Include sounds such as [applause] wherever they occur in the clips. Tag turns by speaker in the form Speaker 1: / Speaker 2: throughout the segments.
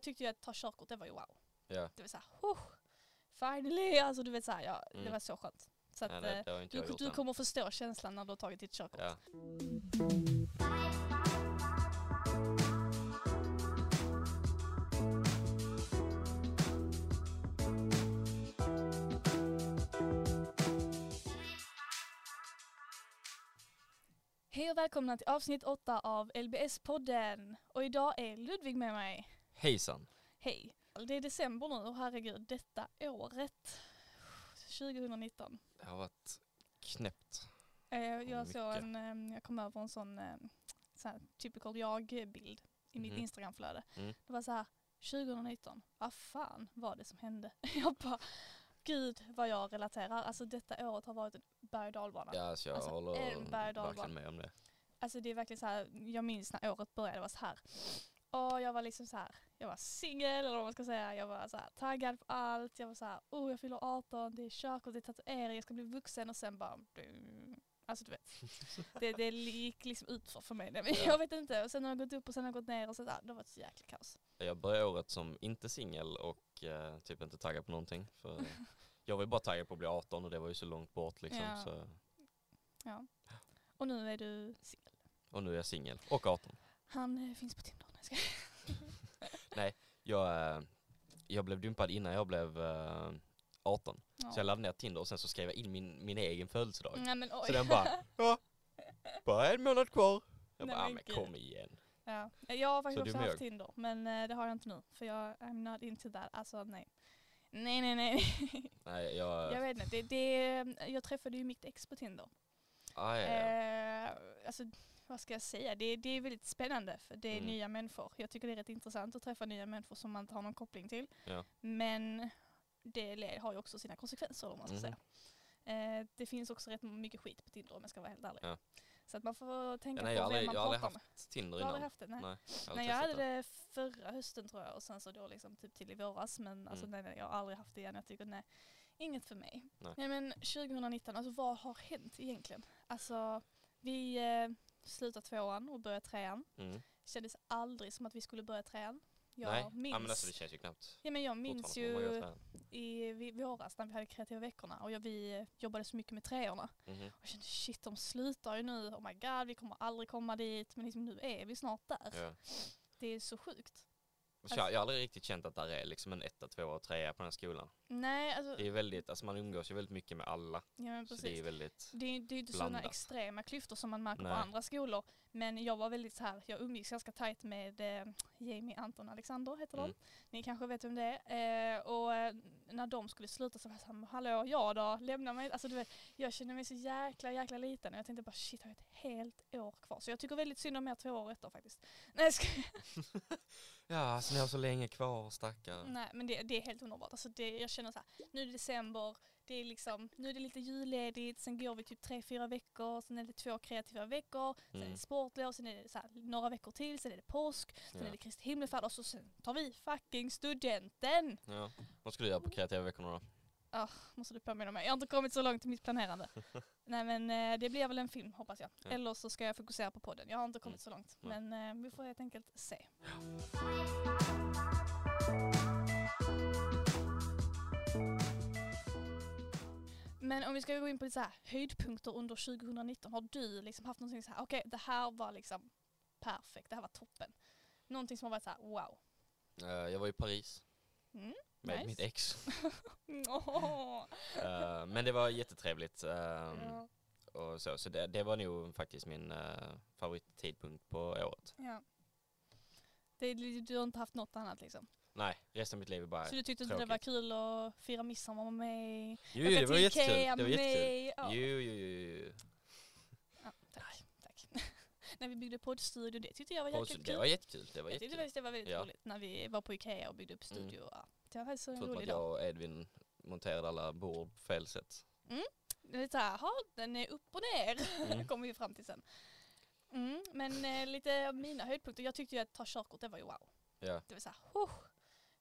Speaker 1: tyckte ju att ta körkort, det var ju wow.
Speaker 2: Ja.
Speaker 1: Det var såhär, oh, finally! Alltså du vet såhär, ja, det
Speaker 2: Mm.
Speaker 1: var så skönt. Så att,
Speaker 2: Nej,
Speaker 1: eh,
Speaker 2: det, det har inte
Speaker 1: du,
Speaker 2: jag gjort
Speaker 1: du
Speaker 2: än.
Speaker 1: kommer förstå känslan när du har tagit ditt körkort.
Speaker 2: Ja.
Speaker 1: Hej och välkomna till avsnitt 8 av LBS-podden. Och idag är Ludvig med mig.
Speaker 2: Hejsan.
Speaker 1: Hej! Det är december nu och herregud, detta året. 2019.
Speaker 2: Det har varit knäppt.
Speaker 1: Eh, Jag,
Speaker 2: mycket.
Speaker 1: såg en, eh, jag kom över en sån, eh, så här, typical jag-bild i mitt
Speaker 2: Mhm.
Speaker 1: Instagramflöde.
Speaker 2: Mm.
Speaker 1: Det var så här, 2019, vad fan var det som hände? [laughs] Jag bara, gud vad jag relaterar. Alltså detta året har varit en berg och dalbana.
Speaker 2: Ja, alltså jag
Speaker 1: Alltså,
Speaker 2: håller
Speaker 1: en berg- och dalbana.
Speaker 2: verkligen med om det.
Speaker 1: Alltså det är verkligen så här, jag minns när året började, det var så här. Och jag var liksom så här, jag var singel eller vad man ska säga. Jag var så här taggad på allt. Jag var så här, oh jag fyller 18, det är körkort, det är tatuering, jag ska bli vuxen och sen bara du. Alltså du
Speaker 2: [laughs]
Speaker 1: vet, det, det gick liksom utför för mig. Nej, men
Speaker 2: Ja.
Speaker 1: Jag vet inte, och sen har jag gått upp och sen har jag gått ner och sådär. Det har varit så jäkla kaos.
Speaker 2: Jag började året som inte singel och eh, typ inte taggad på någonting.
Speaker 1: [laughs]
Speaker 2: För jag var ju bara taggad på att bli 18 och det var ju så långt bort liksom.
Speaker 1: Ja.
Speaker 2: Så.
Speaker 1: Och nu är du singel.
Speaker 2: Och nu är jag singel och 18.
Speaker 1: Han eh, finns på Tinder. Nej, jag skojar.
Speaker 2: Jag, eh, jag blev dumpad innan jag blev eh, 18. Så jag laddade ner Tinder och sen så skrev jag in min, min egen födelsedag.
Speaker 1: Nej men Mm, oj.
Speaker 2: Så den bara, ja, bara en månad kvar. Jag
Speaker 1: Nej,
Speaker 2: bara, ah,
Speaker 1: men
Speaker 2: men
Speaker 1: gud.
Speaker 2: kom igen.
Speaker 1: Ja. Jag har faktiskt
Speaker 2: Så du
Speaker 1: också haft
Speaker 2: ljög?
Speaker 1: Tinder, men eh, det har jag inte nu. För jag I'm not into that. Alltså nej. Nej, nej, nej.
Speaker 2: Nej, jag,
Speaker 1: [laughs] Jag
Speaker 2: jag,
Speaker 1: vet inte. Det, det, jag träffade ju mitt ex på Tinder.
Speaker 2: ah, ja, ja.
Speaker 1: Eh, alltså, vad ska jag säga? Det, det är väldigt spännande för det är
Speaker 2: Mm.
Speaker 1: nya människor. Jag tycker det är rätt intressant att träffa nya människor som man inte har någon koppling till.
Speaker 2: Ja.
Speaker 1: Men det le- har ju också sina konsekvenser om man ska
Speaker 2: Mhm.
Speaker 1: säga. Eh, det finns också rätt mycket skit på Tinder om jag ska vara helt ärlig.
Speaker 2: Ja.
Speaker 1: Så att man får tänka
Speaker 2: Ja, nej, jag
Speaker 1: på
Speaker 2: har
Speaker 1: vem
Speaker 2: aldrig,
Speaker 1: man
Speaker 2: jag har aldrig
Speaker 1: pratar med.
Speaker 2: haft Tinder
Speaker 1: Du har aldrig
Speaker 2: innan.
Speaker 1: haft det? Nej.
Speaker 2: Nej, har
Speaker 1: Nej,
Speaker 2: aldrig
Speaker 1: jag hade
Speaker 2: testat
Speaker 1: det förra hösten tror jag och sen så då liksom typ till i våras men
Speaker 2: Mm.
Speaker 1: alltså nej, nej, jag har aldrig haft det igen. Jag tycker nej, inget för mig.
Speaker 2: Nej.
Speaker 1: men 2019, alltså vad har hänt egentligen? Alltså vi eh, slutade tvåan och började trean.
Speaker 2: Mm.
Speaker 1: Kändes aldrig som att vi skulle börja trean. Jag
Speaker 2: Nej,
Speaker 1: minns,
Speaker 2: Ja, men alltså, det känns ju knappt.
Speaker 1: ja, men jag minns
Speaker 2: fortfarande som
Speaker 1: ju
Speaker 2: man gör så
Speaker 1: i vi- våras när vi hade kreativa veckorna och jag, vi eh, jobbade så mycket med treorna.
Speaker 2: här. Mhm.
Speaker 1: Och jag kände shit de slutar ju nu, oh my god vi kommer aldrig komma dit men liksom, nu är vi snart där.
Speaker 2: Ja.
Speaker 1: Det är så sjukt.
Speaker 2: Så Alltså, jag, jag har aldrig riktigt känt att där är liksom en etta, tvåa och trea på den här skolan.
Speaker 1: Nej, alltså,
Speaker 2: Det är väldigt, alltså man umgås ju väldigt mycket med alla.
Speaker 1: ja, men
Speaker 2: Så det är
Speaker 1: precis.
Speaker 2: väldigt,
Speaker 1: Det är, det är ju inte sådana
Speaker 2: blandat.
Speaker 1: extrema klyftor som man märker på
Speaker 2: Nej.
Speaker 1: andra skolor. Men jag var väldigt så här, jag umgicks ganska tajt med eh, Jamie, Anton, Alexander heter de.
Speaker 2: Mm.
Speaker 1: Ni kanske vet vem det är. Eh, och eh, när de skulle sluta så var jag såhär, hallå, jag då? Lämna mig. Alltså du vet, jag kände mig så jäkla, jäkla liten. Och jag tänkte bara shit, jag har ett helt år kvar. Så jag tycker väldigt synd om er två år efter faktiskt. Nej, jag skojar.
Speaker 2: ja alltså ni har så länge kvar stackare.
Speaker 1: Nej men det, det är helt underbart. Alltså det, jag känner så här, nu är det december, det är liksom, nu är det lite julledigt, sen går vi typ tre, fyra veckor, sen är det två kreativa veckor, sen är
Speaker 2: Mm.
Speaker 1: det sportlov, sen är det så här, några veckor till, sen är det påsk, sen
Speaker 2: Ja.
Speaker 1: är det Kristi himmelfärd och så sen tar vi fucking studenten!
Speaker 2: Ja. Vad ska du göra på kreativa veckorna då?
Speaker 1: Ah, Måste du påminna mig, jag har inte kommit så långt i mitt
Speaker 2: [laughs]
Speaker 1: planerande. Nej men eh, det blir väl en film hoppas jag.
Speaker 2: Ja.
Speaker 1: Eller så ska jag fokusera på podden, jag har inte kommit så
Speaker 2: Mm.
Speaker 1: långt.
Speaker 2: Nej.
Speaker 1: Men eh, vi får helt enkelt se. Men om vi ska gå in på lite så här, höjdpunkter under 2019, har du liksom haft någonting så här, okej det här var liksom perfekt, det här var toppen. Någonting som har varit så här, wow.
Speaker 2: Eh, jag var i Paris
Speaker 1: Mm,
Speaker 2: med
Speaker 1: nice.
Speaker 2: mitt ex.
Speaker 1: Åh.
Speaker 2: Eh, men det var jättetrevligt. ehm,
Speaker 1: Ja.
Speaker 2: och så så det, det var nog faktiskt min eh, favorittidpunkt på året.
Speaker 1: Ja. Det, är- du har inte haft något annat liksom?
Speaker 2: Nej, resten av mitt liv är bara
Speaker 1: Så du tyckte inte det var
Speaker 2: tråkigt.
Speaker 1: kul att fira midsommar med mig?
Speaker 2: Jo, det var jättekul. Det var jättekul.
Speaker 1: jättekul. Ja.
Speaker 2: Jo, jo, jo, jo.
Speaker 1: Ja, tack, tack. [laughs] när vi byggde poddstudio, det tyckte jag var
Speaker 2: Och så-
Speaker 1: jäkligt
Speaker 2: Det
Speaker 1: kul.
Speaker 2: var jättekul. Det var
Speaker 1: Jag tyckte
Speaker 2: jättekul.
Speaker 1: faktiskt det var väldigt
Speaker 2: Ja.
Speaker 1: roligt när vi var på Ikea och byggde upp studio. Ja, det var faktiskt en
Speaker 2: Förutom att
Speaker 1: rolig dag.
Speaker 2: jag och Edvin monterade alla bord på fel sätt.
Speaker 1: Det är lite såhär, jaha, den är upp och ner. [laughs]
Speaker 2: Mm.
Speaker 1: kommer vi fram till sen. Mm, men eh, lite av mina höjdpunkter, jag tyckte ju att ta körkort, det var ju wow.
Speaker 2: Ja.
Speaker 1: Det var såhär, oh,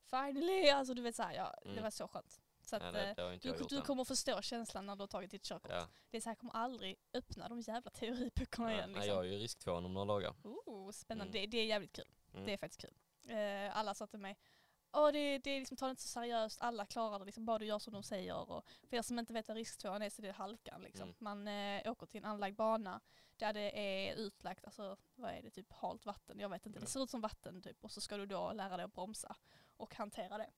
Speaker 1: finally! Alltså du vet såhär, ja, det
Speaker 2: Mm.
Speaker 1: var så skönt. Så att,
Speaker 2: Nej,
Speaker 1: eh,
Speaker 2: nej, det har inte
Speaker 1: Du,
Speaker 2: jag gjort
Speaker 1: du
Speaker 2: än.
Speaker 1: kommer förstå känslan när du har tagit ditt körkort.
Speaker 2: Ja.
Speaker 1: Det är så här, jag kommer aldrig öppna de jävla teoriböckerna
Speaker 2: Nej,
Speaker 1: igen.
Speaker 2: nej,
Speaker 1: Liksom.
Speaker 2: jag är ju risktvåan om några dagar.
Speaker 1: Oh, spännande,
Speaker 2: Mm.
Speaker 1: det, det är jävligt kul.
Speaker 2: Mm.
Speaker 1: Det är faktiskt kul. Eh, alla sa till mig, Åh, det, det är liksom, ta det inte så seriöst, alla klarar det, liksom, bara du gör som de säger. Och för er som inte vet vad risktvåan är så det är halkan. Liksom.
Speaker 2: Mm.
Speaker 1: Man eh, åker till en anlagd bana där det är utlagt, alltså, vad är det, typ halt vatten, jag vet inte, det
Speaker 2: Ja.
Speaker 1: ser ut som vatten typ och så ska du då lära dig att bromsa och hantera det.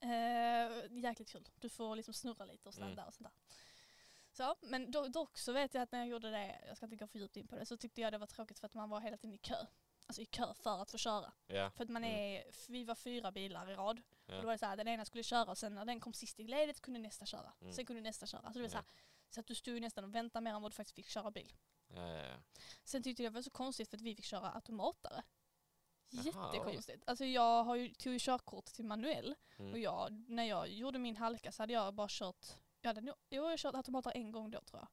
Speaker 1: Eh, jäkligt kul, du får liksom snurra lite och sladda
Speaker 2: Mm.
Speaker 1: och sånt där. Så, men do- dock så vet jag att när jag gjorde det, jag ska inte gå för djupt in på det, så tyckte jag det var tråkigt för att man var hela tiden i kö. Alltså i kö för att få köra.
Speaker 2: Ja,
Speaker 1: För att man är, f- vi var fyra bilar i rad.
Speaker 2: Mm. Ja.
Speaker 1: Och då var det så här, den ena skulle köra och sen när den kom sist i ledet kunde nästa köra.
Speaker 2: Mm.
Speaker 1: Sen kunde nästa köra. Alltså det var så,
Speaker 2: Ja.
Speaker 1: här, så att du stod ju nästan och väntade mer än vad du faktiskt fick köra bil.
Speaker 2: ja, ja, ja.
Speaker 1: Sen tyckte jag det var så konstigt för att vi fick köra automatare.
Speaker 2: Jaha,
Speaker 1: Jättekonstigt. Alltså jag har ju, tog ju körkort till manuell
Speaker 2: Mm.
Speaker 1: och jag, när jag gjorde min halka så hade jag bara kört, jag hade nog, jo, jag har kört automatare en gång då tror jag.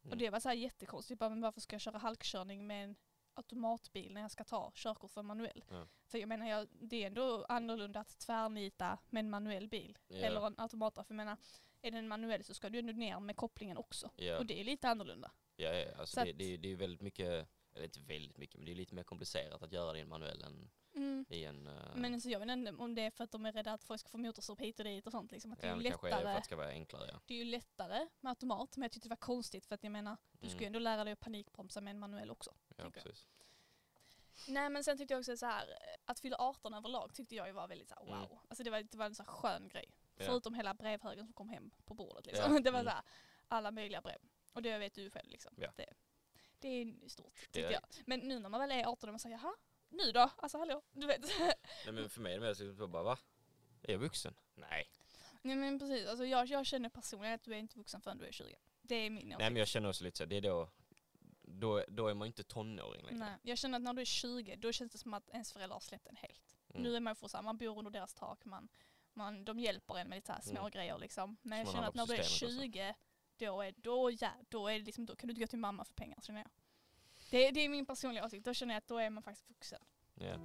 Speaker 1: Och
Speaker 2: Mm.
Speaker 1: det var så här jättekonstigt, bara, men varför ska jag köra halkkörning med en automatbil när jag ska ta körkort för manuell?
Speaker 2: Ja.
Speaker 1: För jag menar, jag, det är ändå annorlunda att tvärnita med en manuell bil
Speaker 2: Ja.
Speaker 1: eller en automatare. För jag menar, är den manuell så ska du ändå ner med kopplingen också.
Speaker 2: Ja.
Speaker 1: Och det är lite annorlunda.
Speaker 2: Ja, ja, alltså
Speaker 1: Så
Speaker 2: det,
Speaker 1: att-
Speaker 2: det, är ju- det är ju väldigt mycket, eller inte väldigt mycket, men det är lite mer komplicerat att göra det i en manuell än i en... eh,
Speaker 1: Men alltså, jag vet inte om det är för att de är rädda att folk ska få motorsåp hit och dit och sånt. Liksom. Att det,
Speaker 2: ja,
Speaker 1: är ju
Speaker 2: men kanske är det för
Speaker 1: lättare,
Speaker 2: att det ska vara enklare. Ja.
Speaker 1: det är ju lättare med automat, men jag tyckte det var konstigt för att jag menar, du ska ju
Speaker 2: Mm.
Speaker 1: ändå lära dig att panikbromsa med en manuell också.
Speaker 2: Ja,
Speaker 1: tänker jag.
Speaker 2: precis.
Speaker 1: Nej men sen tyckte jag också så här att fylla 18 överlag tyckte jag ju var väldigt så här, wow.
Speaker 2: Mm.
Speaker 1: Alltså det var, det var en så här skön grej.
Speaker 2: Ja.
Speaker 1: Förutom hela brevhögen som kom hem på bordet liksom.
Speaker 2: Ja,
Speaker 1: [laughs] Det var
Speaker 2: mm.
Speaker 1: så här, alla möjliga brev. Och det vet du själv liksom.
Speaker 2: Ja.
Speaker 1: Det, det är stort tyckte
Speaker 2: är
Speaker 1: jag. Men nu när man väl är 18 och man säger jaha, nu då? Alltså hallå, du vet.
Speaker 2: Nej men för mig är det mer så att jag bara va? Är jag vuxen? Nej.
Speaker 1: Nej men precis, alltså jag, jag känner personligen att du är inte vuxen förrän du är 20. Det är min åsikt.
Speaker 2: Nej men jag känner också lite så, här, det är då, då, då är man ju inte tonåring längre.
Speaker 1: Nej, jag känner att när du är 20 då känns det som att ens föräldrar har släppt en helt.
Speaker 2: Mm.
Speaker 1: Nu är man ju fortfarande, man bor under deras tak, man, man, de hjälper en med lite så här små
Speaker 2: Mm.
Speaker 1: grejer liksom. Men
Speaker 2: Som
Speaker 1: jag
Speaker 2: man
Speaker 1: känner
Speaker 2: handlar
Speaker 1: att
Speaker 2: på
Speaker 1: när du är
Speaker 2: Systemet och så.
Speaker 1: 20 då, är, då, ja, då, är det liksom, då kan du inte gå till mamma för pengar känner jag. Det, det är min personliga åsikt, då känner jag att då är man faktiskt vuxen.
Speaker 2: Ja.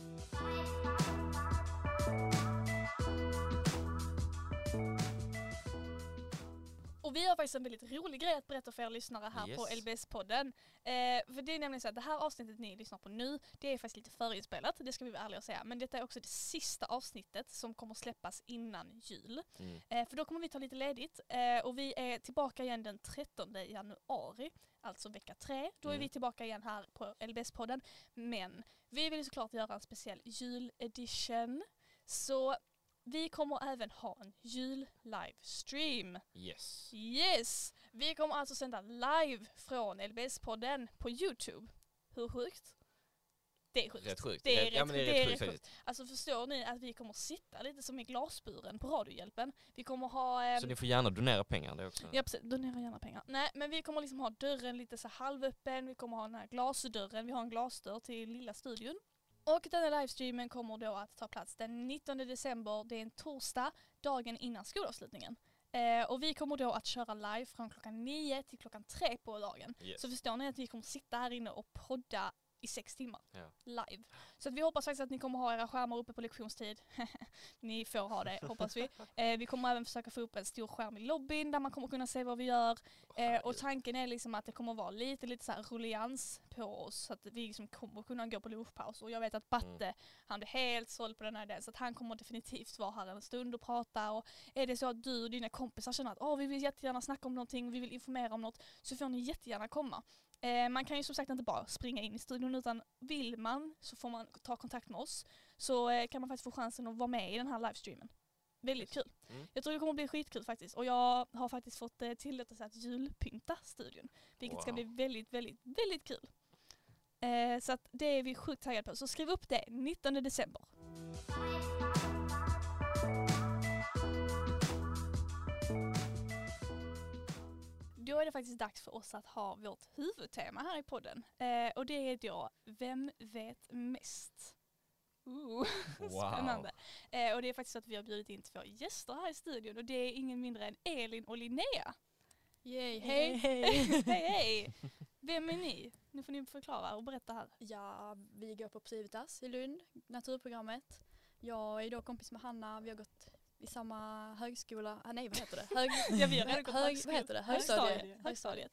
Speaker 1: Och vi har faktiskt en väldigt rolig grej att berätta för er lyssnare här på
Speaker 2: Yes.
Speaker 1: LBS-podden. Eh, för det är nämligen så att det här avsnittet ni lyssnar på nu, det är faktiskt lite förinspelat, det ska vi vara ärliga och säga. Men detta är också det sista avsnittet som kommer släppas innan jul.
Speaker 2: Mm.
Speaker 1: Eh, för då kommer vi ta lite ledigt eh, och vi är tillbaka igen den 13 januari, alltså vecka tre. Då är
Speaker 2: Mm.
Speaker 1: vi tillbaka igen här på LBS-podden. Men vi vill såklart göra en speciell juledition. Så vi kommer även ha en jul-livestream.
Speaker 2: Yes.
Speaker 1: Yes! Vi kommer alltså sända live från LBS-podden på Youtube. Hur sjukt? Det är sjukt.
Speaker 2: Rätt sjukt.
Speaker 1: Det är
Speaker 2: ja,
Speaker 1: rätt-
Speaker 2: men det
Speaker 1: det
Speaker 2: är rätt
Speaker 1: är
Speaker 2: sjukt
Speaker 1: rätt
Speaker 2: faktiskt.
Speaker 1: Alltså förstår ni att vi kommer sitta lite som i glasburen på Radiohjälpen. Vi kommer ha... ehm,
Speaker 2: Så ni får gärna donera pengar det också.
Speaker 1: Ja precis, donera gärna pengar. Nej men vi kommer liksom ha dörren lite så halvöppen, vi kommer ha den här glasdörren, vi har en glasdörr till lilla studion. Och den här livestreamen kommer då att ta plats den 19 december, det är en torsdag, dagen innan skolavslutningen. Eh, och vi kommer då att köra live från klockan 9 till klockan 3 på dagen.
Speaker 2: Yes.
Speaker 1: Så förstår ni att vi kommer sitta här inne och podda i sex timmar
Speaker 2: Ja.
Speaker 1: live. Så att vi hoppas faktiskt att ni kommer ha era skärmar uppe på lektionstid. ni får ha det hoppas vi. Eh, vi kommer även försöka få upp en stor skärm i lobbyn där man kommer kunna se vad vi gör. Eh, och tanken är liksom att det kommer vara lite, lite så här rullians på oss så att vi liksom kommer kunna gå på lunchpaus. Och jag vet att Batte, han blev helt såld på den här idén så att han kommer definitivt vara här en stund och prata. Och är det så att du och dina kompisar känner att oh, vi vill jättegärna snacka om någonting, vi vill informera om något, så får ni jättegärna komma. Eh, man kan ju som sagt inte bara springa in i studion utan vill man så får man ta kontakt med oss. Så eh, kan man faktiskt få chansen att vara med i den här livestreamen. Väldigt
Speaker 2: Yes.
Speaker 1: kul.
Speaker 2: Mm.
Speaker 1: Jag tror det kommer bli skitkul faktiskt. Och jag har faktiskt fått eh, tillåtelse att julpynta studion. Vilket ska
Speaker 2: Wow.
Speaker 1: bli väldigt, väldigt, väldigt kul. Eh, så att det är vi sjukt taggade på. Så skriv upp det 19 december. Då är det faktiskt dags för oss att ha vårt huvudtema här i podden. Eh, och det är då Vem vet mest? Ooh. [laughs] Spännande. Eh, och det är faktiskt så att vi har bjudit in två gäster här i studion och det är ingen mindre än Elin och Linnea.
Speaker 3: Yay,
Speaker 1: Hej.
Speaker 3: [laughs] hej!
Speaker 1: hej hej! Vem är ni? Nu får ni förklara och berätta här.
Speaker 3: [laughs] ja, vi går på Privitas i Lund, naturprogrammet. Jag är då kompis med Hanna, vi har gått i samma högskola, ah, nej vad heter det? Hög,
Speaker 1: Ja, vi har redan gått på
Speaker 3: hög,
Speaker 1: högskola.
Speaker 3: vad heter det?
Speaker 1: Högstadiet.
Speaker 3: Högstadiet.
Speaker 1: Högstadiet.